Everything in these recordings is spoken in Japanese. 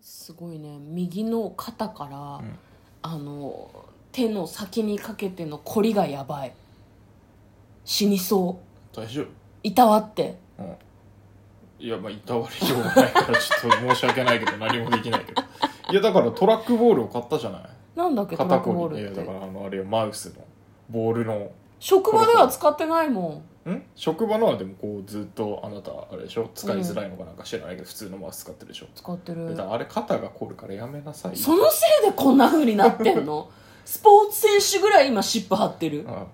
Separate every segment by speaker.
Speaker 1: すごいね右の肩から、
Speaker 2: うん
Speaker 1: あの手の先にかけての凝りがやばい死にそう
Speaker 2: 大丈
Speaker 1: いたわって
Speaker 2: 夫うんいやまあいたわりようがないからちょっと申し訳ないけど何もできないけどいやだからトラックボールを買ったじゃない
Speaker 1: なんだっけトラ
Speaker 2: 肩
Speaker 1: ックボ
Speaker 2: こ
Speaker 1: ー
Speaker 2: りい
Speaker 1: ル
Speaker 2: や
Speaker 1: っ
Speaker 2: だ
Speaker 1: て
Speaker 2: からあのあれよマウスのボールの
Speaker 1: 職場では使ってないも
Speaker 2: ん職場のはでもこうずっとあなたあれでしょ使いづらいのかなんか知らないけど普通のマウス使ってるでしょ
Speaker 1: ん使って
Speaker 2: だ
Speaker 1: る
Speaker 2: からあれ肩が凝るからやめなさいよ
Speaker 1: そのせいでこんな風になってん のスポーツ選手ぐらい今シップ張ってる
Speaker 2: うん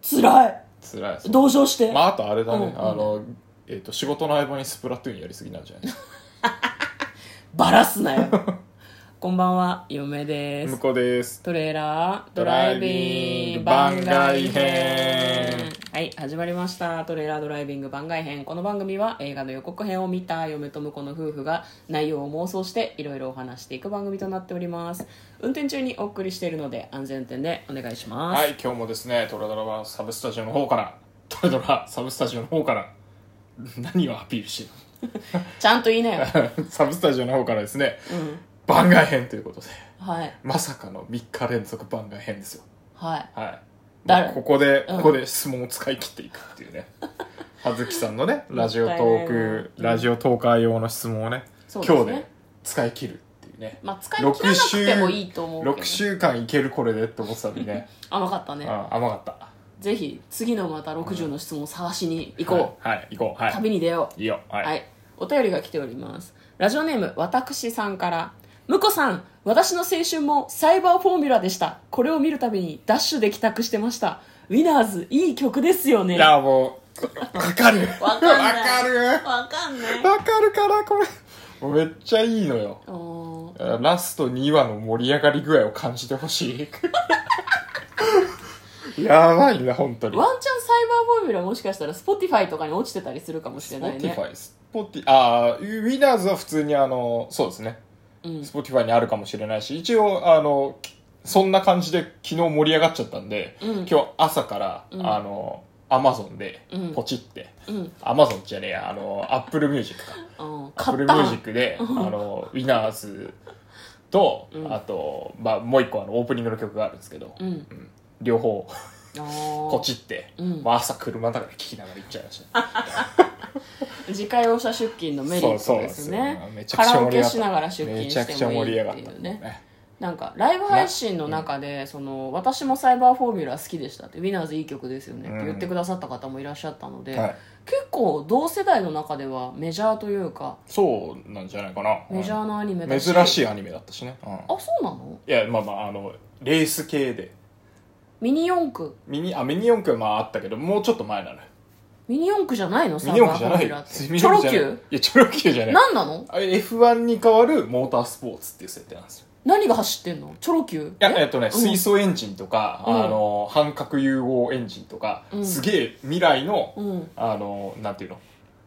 Speaker 1: 辛い
Speaker 2: つらいそう
Speaker 1: 同情して、
Speaker 2: まああとあれだね、
Speaker 1: うんうん
Speaker 2: あのえっと仕事の合間にスプラトゥーンやりすぎなんじゃない
Speaker 1: バラすなよこんばんは嫁です
Speaker 2: 向こうです
Speaker 1: トレーラード
Speaker 2: ド
Speaker 1: ラ
Speaker 2: ラ
Speaker 1: イ
Speaker 2: イ
Speaker 1: ビン
Speaker 2: ビン
Speaker 1: グ
Speaker 2: グ
Speaker 1: 番
Speaker 2: 番
Speaker 1: 外
Speaker 2: 外
Speaker 1: 編
Speaker 2: 編
Speaker 1: はい始まりましたトレーラードライビング番外編この番組は映画の予告編を見た嫁と婿の夫婦が内容を妄想していろいろお話していく番組となっております運転中にお送りしているので安全運転でお願いします、
Speaker 2: はい今日もですねトレドラはサブスタジオの方からトレドラサブスタジオの方から何をアピールし
Speaker 1: ちゃんと言いなよ、
Speaker 2: てるサブスタジオの方からですね
Speaker 1: うん、
Speaker 2: 番外編ということで
Speaker 1: はい
Speaker 2: まさかの3日連続番外編ですよ
Speaker 1: はい
Speaker 2: はい
Speaker 1: 誰
Speaker 2: まあここで、
Speaker 1: うん
Speaker 2: ここで質問を使い切っていくっていう ね葉月さんのねラジオトー
Speaker 1: もった
Speaker 2: ク
Speaker 1: いないな
Speaker 2: ラジオトーカー用の質問をね
Speaker 1: そうですね
Speaker 2: 今日で使い切るっていうね
Speaker 1: まあ使い切らなくてもいいと思うけど
Speaker 2: 6週間いけるこれでって思ってたのにね
Speaker 1: 甘かったね
Speaker 2: あ甘かった
Speaker 1: ぜひ次のまた60の質問を探しに行こ
Speaker 2: うはい、はい行こう
Speaker 1: う、
Speaker 2: はい
Speaker 1: 旅に出よう
Speaker 2: いいよはい、
Speaker 1: はい、お便りが来ておりますラジオネーム私さんから「むこさん私の青春もサイバーフォーミュラでしたこれを見るたびにダッシュで帰宅してましたウィナーズいい曲ですよね」
Speaker 2: いやもうわかる
Speaker 1: わかんない
Speaker 2: わか
Speaker 1: わかんない
Speaker 2: るわかるからこれもうめっちゃいいのよ
Speaker 1: おー
Speaker 2: ラスト2話の盛り上がり具合を感じてほし いやばいな本当に
Speaker 1: ワンチャンサイバーフォーミュラもしかしたら Spotify とかに落ちてたりするかもしれないね
Speaker 2: Spotify、Spotify、ああ、ウィナーズは普通にあの、そうですね、
Speaker 1: うん、
Speaker 2: Spotify にあるかもしれないし、一応、あの、きそんな感じで昨日盛り上がっちゃったんで、
Speaker 1: うん
Speaker 2: 今日朝から、
Speaker 1: うん
Speaker 2: あの、Amazon で
Speaker 1: うん、
Speaker 2: ポチって、
Speaker 1: うん、
Speaker 2: Amazon じゃねえや、あの、Apple Music か。
Speaker 1: うん、買
Speaker 2: Apple
Speaker 1: った
Speaker 2: Music で、あの、ウィナーズと、
Speaker 1: うん
Speaker 2: あと、まあ、もう一個あの、オープニングの曲があるんですけど、
Speaker 1: うん
Speaker 2: 両方、ポ
Speaker 1: こ
Speaker 2: チって、
Speaker 1: うん
Speaker 2: まあ、朝車の中で聴きながら行っちゃいました。
Speaker 1: 自家用車出勤のメリットですね
Speaker 2: そうそうそうめちゃ
Speaker 1: カ
Speaker 2: くちゃ
Speaker 1: ラオ
Speaker 2: 盛
Speaker 1: ケ
Speaker 2: り上がった
Speaker 1: しながら出勤
Speaker 2: めちゃく
Speaker 1: し
Speaker 2: ち
Speaker 1: て
Speaker 2: ゃ
Speaker 1: もいい
Speaker 2: 盛
Speaker 1: って
Speaker 2: り
Speaker 1: い
Speaker 2: 上がった
Speaker 1: うねなんかライブ配信の中で、その私もサイバーフォーミュラ好きでしたってウィナーズいい曲ですよねって言ってくださった方もいらっしゃったので、
Speaker 2: はい、
Speaker 1: 結構同世代の中ではメジャーというか
Speaker 2: そうなんじゃないかな
Speaker 1: メジャーなアニメだし、
Speaker 2: 珍し
Speaker 1: い
Speaker 2: いアニメだったしね、うん
Speaker 1: あそうなの
Speaker 2: いやまあまああのレース系で
Speaker 1: ミニ四駆
Speaker 2: ミニあミニ四駆はまああったけどもうちょっと前なのよ
Speaker 1: ミニ四駆じゃないのサ
Speaker 2: ミ
Speaker 1: イ
Speaker 2: ニ四
Speaker 1: バー
Speaker 2: 駆
Speaker 1: フ
Speaker 2: じ
Speaker 1: ォー
Speaker 2: ゃ
Speaker 1: ミュラ
Speaker 2: ない
Speaker 1: って
Speaker 2: ミニ
Speaker 1: チョ
Speaker 2: 四
Speaker 1: ロ
Speaker 2: 駆じゃない
Speaker 1: Q?
Speaker 2: いやチョロ Q じゃない
Speaker 1: 何なの
Speaker 2: あれ F1 に代わるモータースポーツっていう設定なんですよ
Speaker 1: 何が走ってんのチョロ Q?
Speaker 2: いやえっとね、
Speaker 1: ん
Speaker 2: 水素エンジンとか、
Speaker 1: うん
Speaker 2: あの半角融合エンジンとか、
Speaker 1: うん
Speaker 2: すげえ未来の、
Speaker 1: うん
Speaker 2: あのなんていうの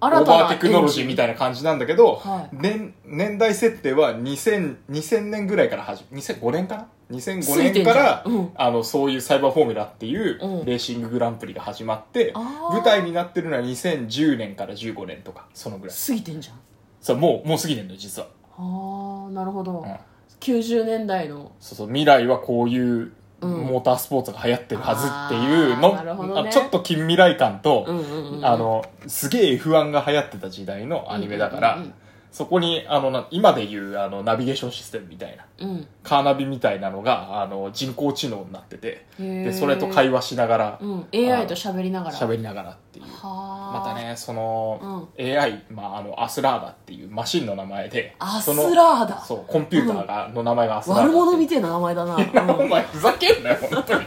Speaker 1: 新
Speaker 2: オー
Speaker 1: た
Speaker 2: バー
Speaker 1: な
Speaker 2: テクノロジーみたいな感じなんだけど、
Speaker 1: はい
Speaker 2: 年年代設定は2000 2000年ぐらいから始め2005年かな
Speaker 1: 過ぎ
Speaker 2: 2005
Speaker 1: てん
Speaker 2: 年
Speaker 1: じゃん
Speaker 2: から、
Speaker 1: うん
Speaker 2: あのそういうサイバーフォーミュラっていう
Speaker 1: うん
Speaker 2: レーシンググランプリが始まって、
Speaker 1: あー
Speaker 2: 舞台になってるのは2010年から15年とかそのぐらい
Speaker 1: 過ぎてんじゃん
Speaker 2: そうもうもう過ぎてんのよ実は、
Speaker 1: ああなるほど、
Speaker 2: うん
Speaker 1: 90年代の
Speaker 2: そうそう未来はこういう
Speaker 1: うん
Speaker 2: モータースポーツが流行ってるはずっていうの
Speaker 1: あー、なるほどね
Speaker 2: あちょっと近未来感と、
Speaker 1: うんうんうんうん
Speaker 2: あのすげえ F1 が流行ってた時代のアニメだから、
Speaker 1: うんうんうん
Speaker 2: そこにあのな今でいうあのナビゲーションシステムみたいな
Speaker 1: うん
Speaker 2: カーナビみたいなのがあの人工知能になってて
Speaker 1: へ
Speaker 2: で
Speaker 1: ー
Speaker 2: それと会話しながら
Speaker 1: うん、AI と喋りながら
Speaker 2: 喋りながらっていう
Speaker 1: は
Speaker 2: ま
Speaker 1: あ
Speaker 2: たねその、AI、まあ、あのアスラーダっていうマシンの名前で
Speaker 1: アス
Speaker 2: そ
Speaker 1: ラ
Speaker 2: の
Speaker 1: ーだ
Speaker 2: そうコンピューターが、の名前がアスラーダっ
Speaker 1: 悪
Speaker 2: ていう
Speaker 1: 者みてえな名前だな、うん
Speaker 2: お前ふざけんなよ本当に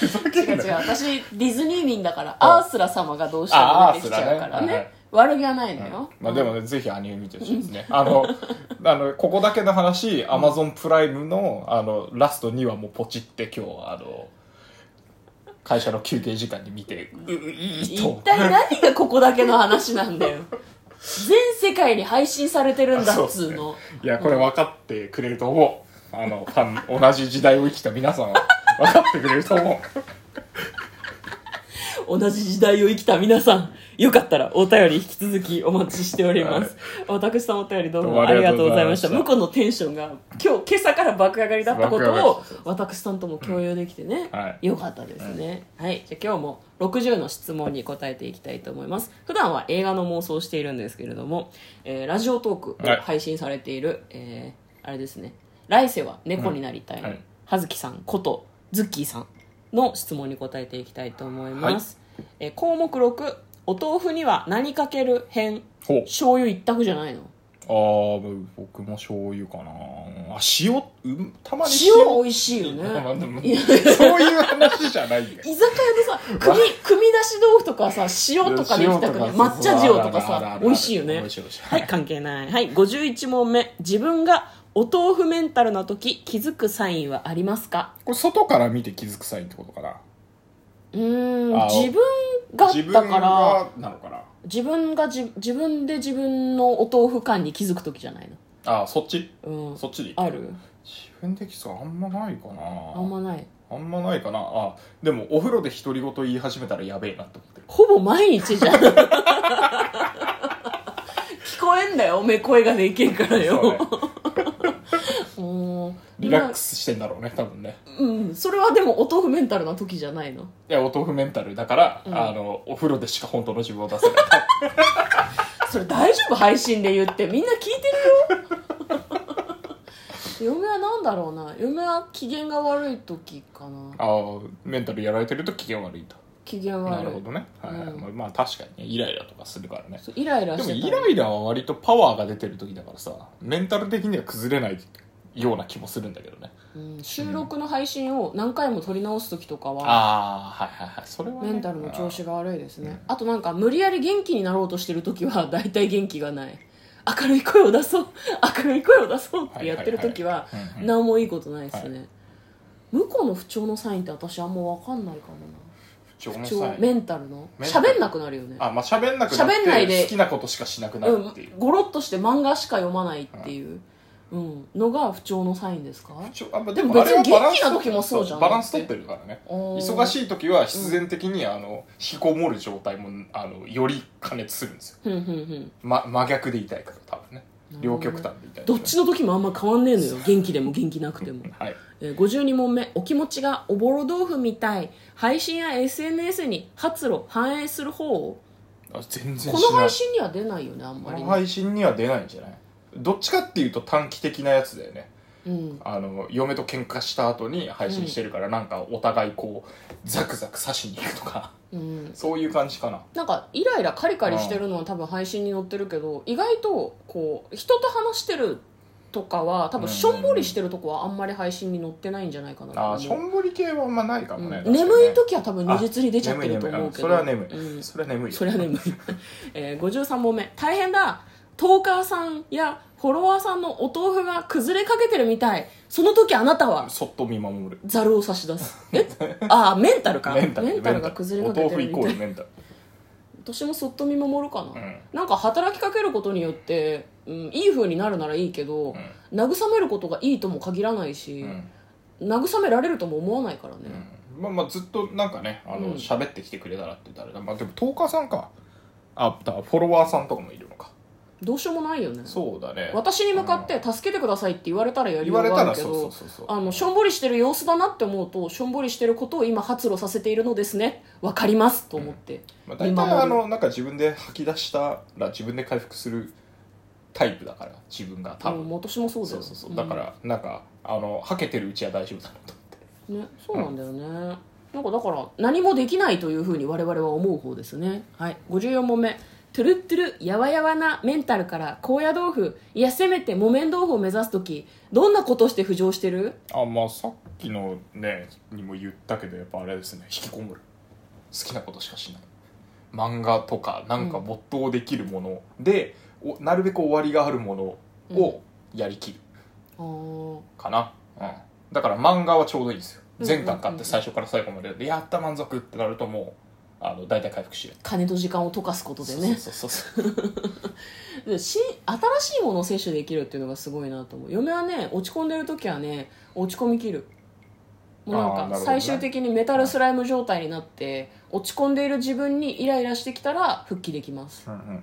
Speaker 2: ふざけ
Speaker 1: 違うん
Speaker 2: な
Speaker 1: 違う
Speaker 2: よ
Speaker 1: 私ディズニー民だから
Speaker 2: うん
Speaker 1: アースラ様がどうしても出てきちゃうから
Speaker 2: あア
Speaker 1: ね
Speaker 2: ースラねはい
Speaker 1: 悪気はないのよ、
Speaker 2: まあでもね、ぜひアニメ見てほしいですね。あの、 あの、ここだけの話、アマゾンプライムの、あの、ラスト2話もポチって今日、あの、会社の休憩時間に見て、うう、いいと
Speaker 1: 一。体何がここだけの話なんだよ全世界に配信されてるんだっつうの
Speaker 2: いや、これ分かってくれると思う。あの、ファン、同じ時代を生きた皆さんは、分かってくれると思う。
Speaker 1: 同じ時代を生きた皆さんよかったらお便り引き続きお待ちしております、私さんお便りどう
Speaker 2: どう
Speaker 1: も
Speaker 2: も
Speaker 1: あ
Speaker 2: あ
Speaker 1: り
Speaker 2: り
Speaker 1: がと
Speaker 2: がと
Speaker 1: う
Speaker 2: う
Speaker 1: ござ
Speaker 2: ござ
Speaker 1: い
Speaker 2: い
Speaker 1: ま
Speaker 2: ま
Speaker 1: し
Speaker 2: したた
Speaker 1: 向こうのテンションが今日今朝から爆上がりだったこ
Speaker 2: 爆上
Speaker 1: と
Speaker 2: が
Speaker 1: を私さんとも共有できてね、
Speaker 2: はい
Speaker 1: よかったですね、はいじゃあ今日も60の質問に答えていきたいと思います普段は映画の妄想をしているんですけれども、えーラジオトークを配信されている、えーあれですね来世は猫になりたい、
Speaker 2: うんはい
Speaker 1: 葉月さんことズッキーさんの質問に答えていきたいと思います、えー項目6お豆腐には何かける編
Speaker 2: ほう
Speaker 1: 醤油一択じゃないの
Speaker 2: あー僕も醤油かなあ塩、うん、たまに
Speaker 1: 塩美味しいよね
Speaker 2: まあでもそういう話じゃないんだよ
Speaker 1: 居酒屋のさ組組み出し豆腐とかさ塩とかできたくない
Speaker 2: 塩とか
Speaker 1: 抹茶塩とか
Speaker 2: あるあるあるあ
Speaker 1: さ
Speaker 2: る
Speaker 1: 美味しいよね
Speaker 2: 美味しい美味しい
Speaker 1: はい関係ないはい51問目自分がお豆腐メンタルの時気づくサインはありますか
Speaker 2: これ外から見て気づくサインってことかな
Speaker 1: うーん
Speaker 2: あ
Speaker 1: 自分が
Speaker 2: 自分
Speaker 1: だから
Speaker 2: がなのかな
Speaker 1: 自分がじ自分で自分のお豆腐感に気づく時じゃない
Speaker 2: あーそっち
Speaker 1: のうん
Speaker 2: そっちでいい
Speaker 1: ある
Speaker 2: 自分で気づくあんまないかな
Speaker 1: あんまない
Speaker 2: あんまないかなあでもお風呂で独り言言い始めたらやべえなと思ってる
Speaker 1: ほぼ毎日 じゃん聞こえんだよおめえ声がでけえから
Speaker 2: そうね
Speaker 1: ようん
Speaker 2: リラックスしてんだろうね多分ね
Speaker 1: うん、それはでもお豆腐メンタルな時じゃないの
Speaker 2: いやお豆腐メンタルだから、
Speaker 1: うん
Speaker 2: あのお風呂でしか本当の自分を出せない
Speaker 1: それ大丈夫配信で言ってみんな聞いてるよ 嫁は何だろうな嫁は機嫌が悪い時かな
Speaker 2: あーメンタルやられてると機嫌悪いと
Speaker 1: 機嫌悪い
Speaker 2: なるほどね、はいはい
Speaker 1: うん
Speaker 2: まあまあ確かにねイライラとかするからね
Speaker 1: そうイライラ
Speaker 2: で
Speaker 1: し
Speaker 2: も
Speaker 1: てた
Speaker 2: イライラは割とパワーが出てる時だからさメンタル的には崩れないような気もするんだけどね
Speaker 1: うん、収録の配信を何回も撮り直す時とかは、
Speaker 2: ああはいはいはいそれはね、
Speaker 1: メンタルの調子が悪いですねあとなんか無理やり元気になろうとしてる時は 大体元気がない明るい声を出そう 明るい声を出そうってやってる時は
Speaker 2: はいはいはいうんうん
Speaker 1: 何もいいことないですね向こうの不調のサインって私あんま分かんないかもな
Speaker 2: 調
Speaker 1: 不
Speaker 2: 子
Speaker 1: 調
Speaker 2: い
Speaker 1: メンタルの
Speaker 2: メンタル
Speaker 1: 喋んなくなるよね
Speaker 2: あまあ喋んなくなっ
Speaker 1: 喋んないで
Speaker 2: て好きなことしかしなくな
Speaker 1: う、
Speaker 2: るっていうん
Speaker 1: ごろっとして漫画しか読まないっていう、うん、のが不調のサインですか
Speaker 2: ちょあまあ
Speaker 1: で
Speaker 2: で
Speaker 1: も
Speaker 2: もあれは
Speaker 1: 別に
Speaker 2: バランス
Speaker 1: 元気な時もそうじゃん
Speaker 2: バランス取ってるからね
Speaker 1: おー
Speaker 2: 忙しい時は必然的にあの引きこもる状態もあのより加熱するんですよ、
Speaker 1: ふんふんふん
Speaker 2: ま、真逆で痛いから多分ね両極端で痛い、
Speaker 1: どっちの時もあんま変わんねえのよ元気でも元気なくても
Speaker 2: はい
Speaker 1: えー52問目お気持ちがおぼろ豆腐みたい配信や SNS に発露反映する方を
Speaker 2: あ全然し
Speaker 1: こ
Speaker 2: ない
Speaker 1: の配信には出ないよねあん
Speaker 2: こ
Speaker 1: まり
Speaker 2: の
Speaker 1: ね、
Speaker 2: 配信には出ないんじゃないどっちかっていうと短期的なやつだよね
Speaker 1: うん、
Speaker 2: あの嫁と喧嘩した後に配信してるから、なんかお互いこうザクザク刺しに行くとか
Speaker 1: うん、
Speaker 2: そういう感じかな
Speaker 1: なんかイライラカリカリしてるのは多分配信に載ってるけど意外とこう人と話してるとかは多分しょんぼりしてるとこはあんまり配信に載ってないんじゃないかなと思う
Speaker 2: あーしょんぼり系はあんまないかもね、
Speaker 1: うん
Speaker 2: 確かにね
Speaker 1: 眠い時は多分如実に出ちゃってると
Speaker 2: 眠い
Speaker 1: 思
Speaker 2: 眠
Speaker 1: う
Speaker 2: い
Speaker 1: けど
Speaker 2: それは眠い、
Speaker 1: うん
Speaker 2: それは眠いよ
Speaker 1: それは眠い、 えー、53問目大変だトーカーさんやフォロワーさんのお豆腐が崩れかけてるみたいその時あなたは
Speaker 2: そっと見守る
Speaker 1: ざるを差し出す えああメンタルか
Speaker 2: メンタル
Speaker 1: が崩れか
Speaker 2: お
Speaker 1: けて
Speaker 2: 豆腐
Speaker 1: る
Speaker 2: イ
Speaker 1: み
Speaker 2: コ
Speaker 1: た
Speaker 2: ー
Speaker 1: い
Speaker 2: ルメンタル
Speaker 1: 私もそっと見守るかな、
Speaker 2: うん
Speaker 1: なんか働きかけることによって、うん、いい風になるならいいけど、慰めることがいいとも限らないし、
Speaker 2: うん
Speaker 1: 慰められるとも思わないからね、
Speaker 2: うんまあまあずっとなんかねあ
Speaker 1: うん
Speaker 2: の喋、ってきてくれたらって言ったら、まあ、でもトーカーさんかあだからフォロワーさんとかもいるのか
Speaker 1: どうしようもないよね
Speaker 2: そうだね
Speaker 1: 私に向かって助けてくださいって言われたらやりよ
Speaker 2: 言わ
Speaker 1: う
Speaker 2: れ
Speaker 1: が
Speaker 2: た
Speaker 1: ある
Speaker 2: ら
Speaker 1: け
Speaker 2: そうそ
Speaker 1: ど
Speaker 2: うそうそう
Speaker 1: あのしょんぼりしてる様子だなって思うとしょんぼりしてることを今発露させているのですねわかりますと思って、
Speaker 2: まあ、
Speaker 1: 見
Speaker 2: 大
Speaker 1: 守
Speaker 2: 体
Speaker 1: る
Speaker 2: あのなんか自分で吐き出したら自分で回復するタイプだから自分が多分、
Speaker 1: うん、私もそうだ
Speaker 2: そ
Speaker 1: よ
Speaker 2: うそうそうだか、らなんかあの吐けてるうちは大丈夫だなと思って
Speaker 1: うんね、そうなんだよね、なんかだから何もできないというふうに我々は思う方ですねはい54問目トゥルットゥルやわやわなメンタルから高野豆腐いやせめて木綿豆腐を目指す時どんなことをして浮上してる
Speaker 2: あまあさっきのねにも言ったけどやっぱあれですね引きこもる好きなことしかしない漫画とかなんか没頭できるもので、おなるべく終わりがあるものをやりきる
Speaker 1: あー
Speaker 2: かな、うんだから漫画はちょうどいいんですよ
Speaker 1: うん
Speaker 2: 全巻買って最初から最後まででやった満足ってなるともうあの大体回復しよう
Speaker 1: 金と時間を溶かすことでね
Speaker 2: そうそうそうそう
Speaker 1: で新新しいものを摂取できるっていうのがすごいなと思う嫁はね落ち込んでる時はね落ち込みきるもう
Speaker 2: あーな
Speaker 1: なんか
Speaker 2: るほどね
Speaker 1: 最終的にメタルスライム状態になって落ち込んでいる自分にイライラしてきたら復帰できます
Speaker 2: うんうん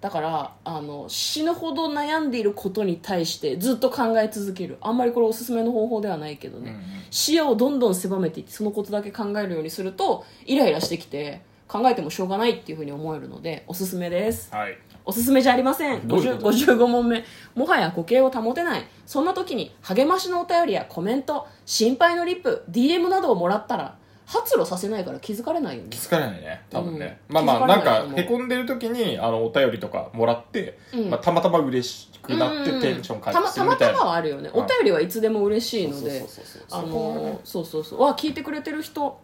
Speaker 1: だからあの死ぬほど悩んでいることに対してずっと考え続けるあんまりこれおすすめの方法ではないけど
Speaker 2: うんう
Speaker 1: ね、
Speaker 2: ん
Speaker 1: 視野をどんどん狭めていってそのことだけ考えるようにするとイライラしてきて考えてもしょうがないっていうふうに思えるのでおすすめです
Speaker 2: はい
Speaker 1: おすすめじゃありません
Speaker 2: どういう
Speaker 1: 50
Speaker 2: こと
Speaker 1: 55問目もはや固形を保てないそんな時に励ましのお便りやコメント心配のリップ DM などをもらったら発露させないから気づかれないよね
Speaker 2: 気づかれないね多分ね、
Speaker 1: うん
Speaker 2: まあまあ
Speaker 1: 気づかれ
Speaker 2: な
Speaker 1: なんいと
Speaker 2: か
Speaker 1: 思う
Speaker 2: へこんでる時にあのお便りとかもらって、
Speaker 1: うん
Speaker 2: まあ、たまたま嬉しくなって
Speaker 1: うん
Speaker 2: テンション回
Speaker 1: た
Speaker 2: 復
Speaker 1: ますた
Speaker 2: る
Speaker 1: ま
Speaker 2: みた
Speaker 1: た
Speaker 2: い
Speaker 1: ま
Speaker 2: な
Speaker 1: はあるよねお便りはいつでも嬉しいので
Speaker 2: そうそうそうそう
Speaker 1: あ
Speaker 2: そこはね
Speaker 1: のそうそうそうわ聞いてくれてる人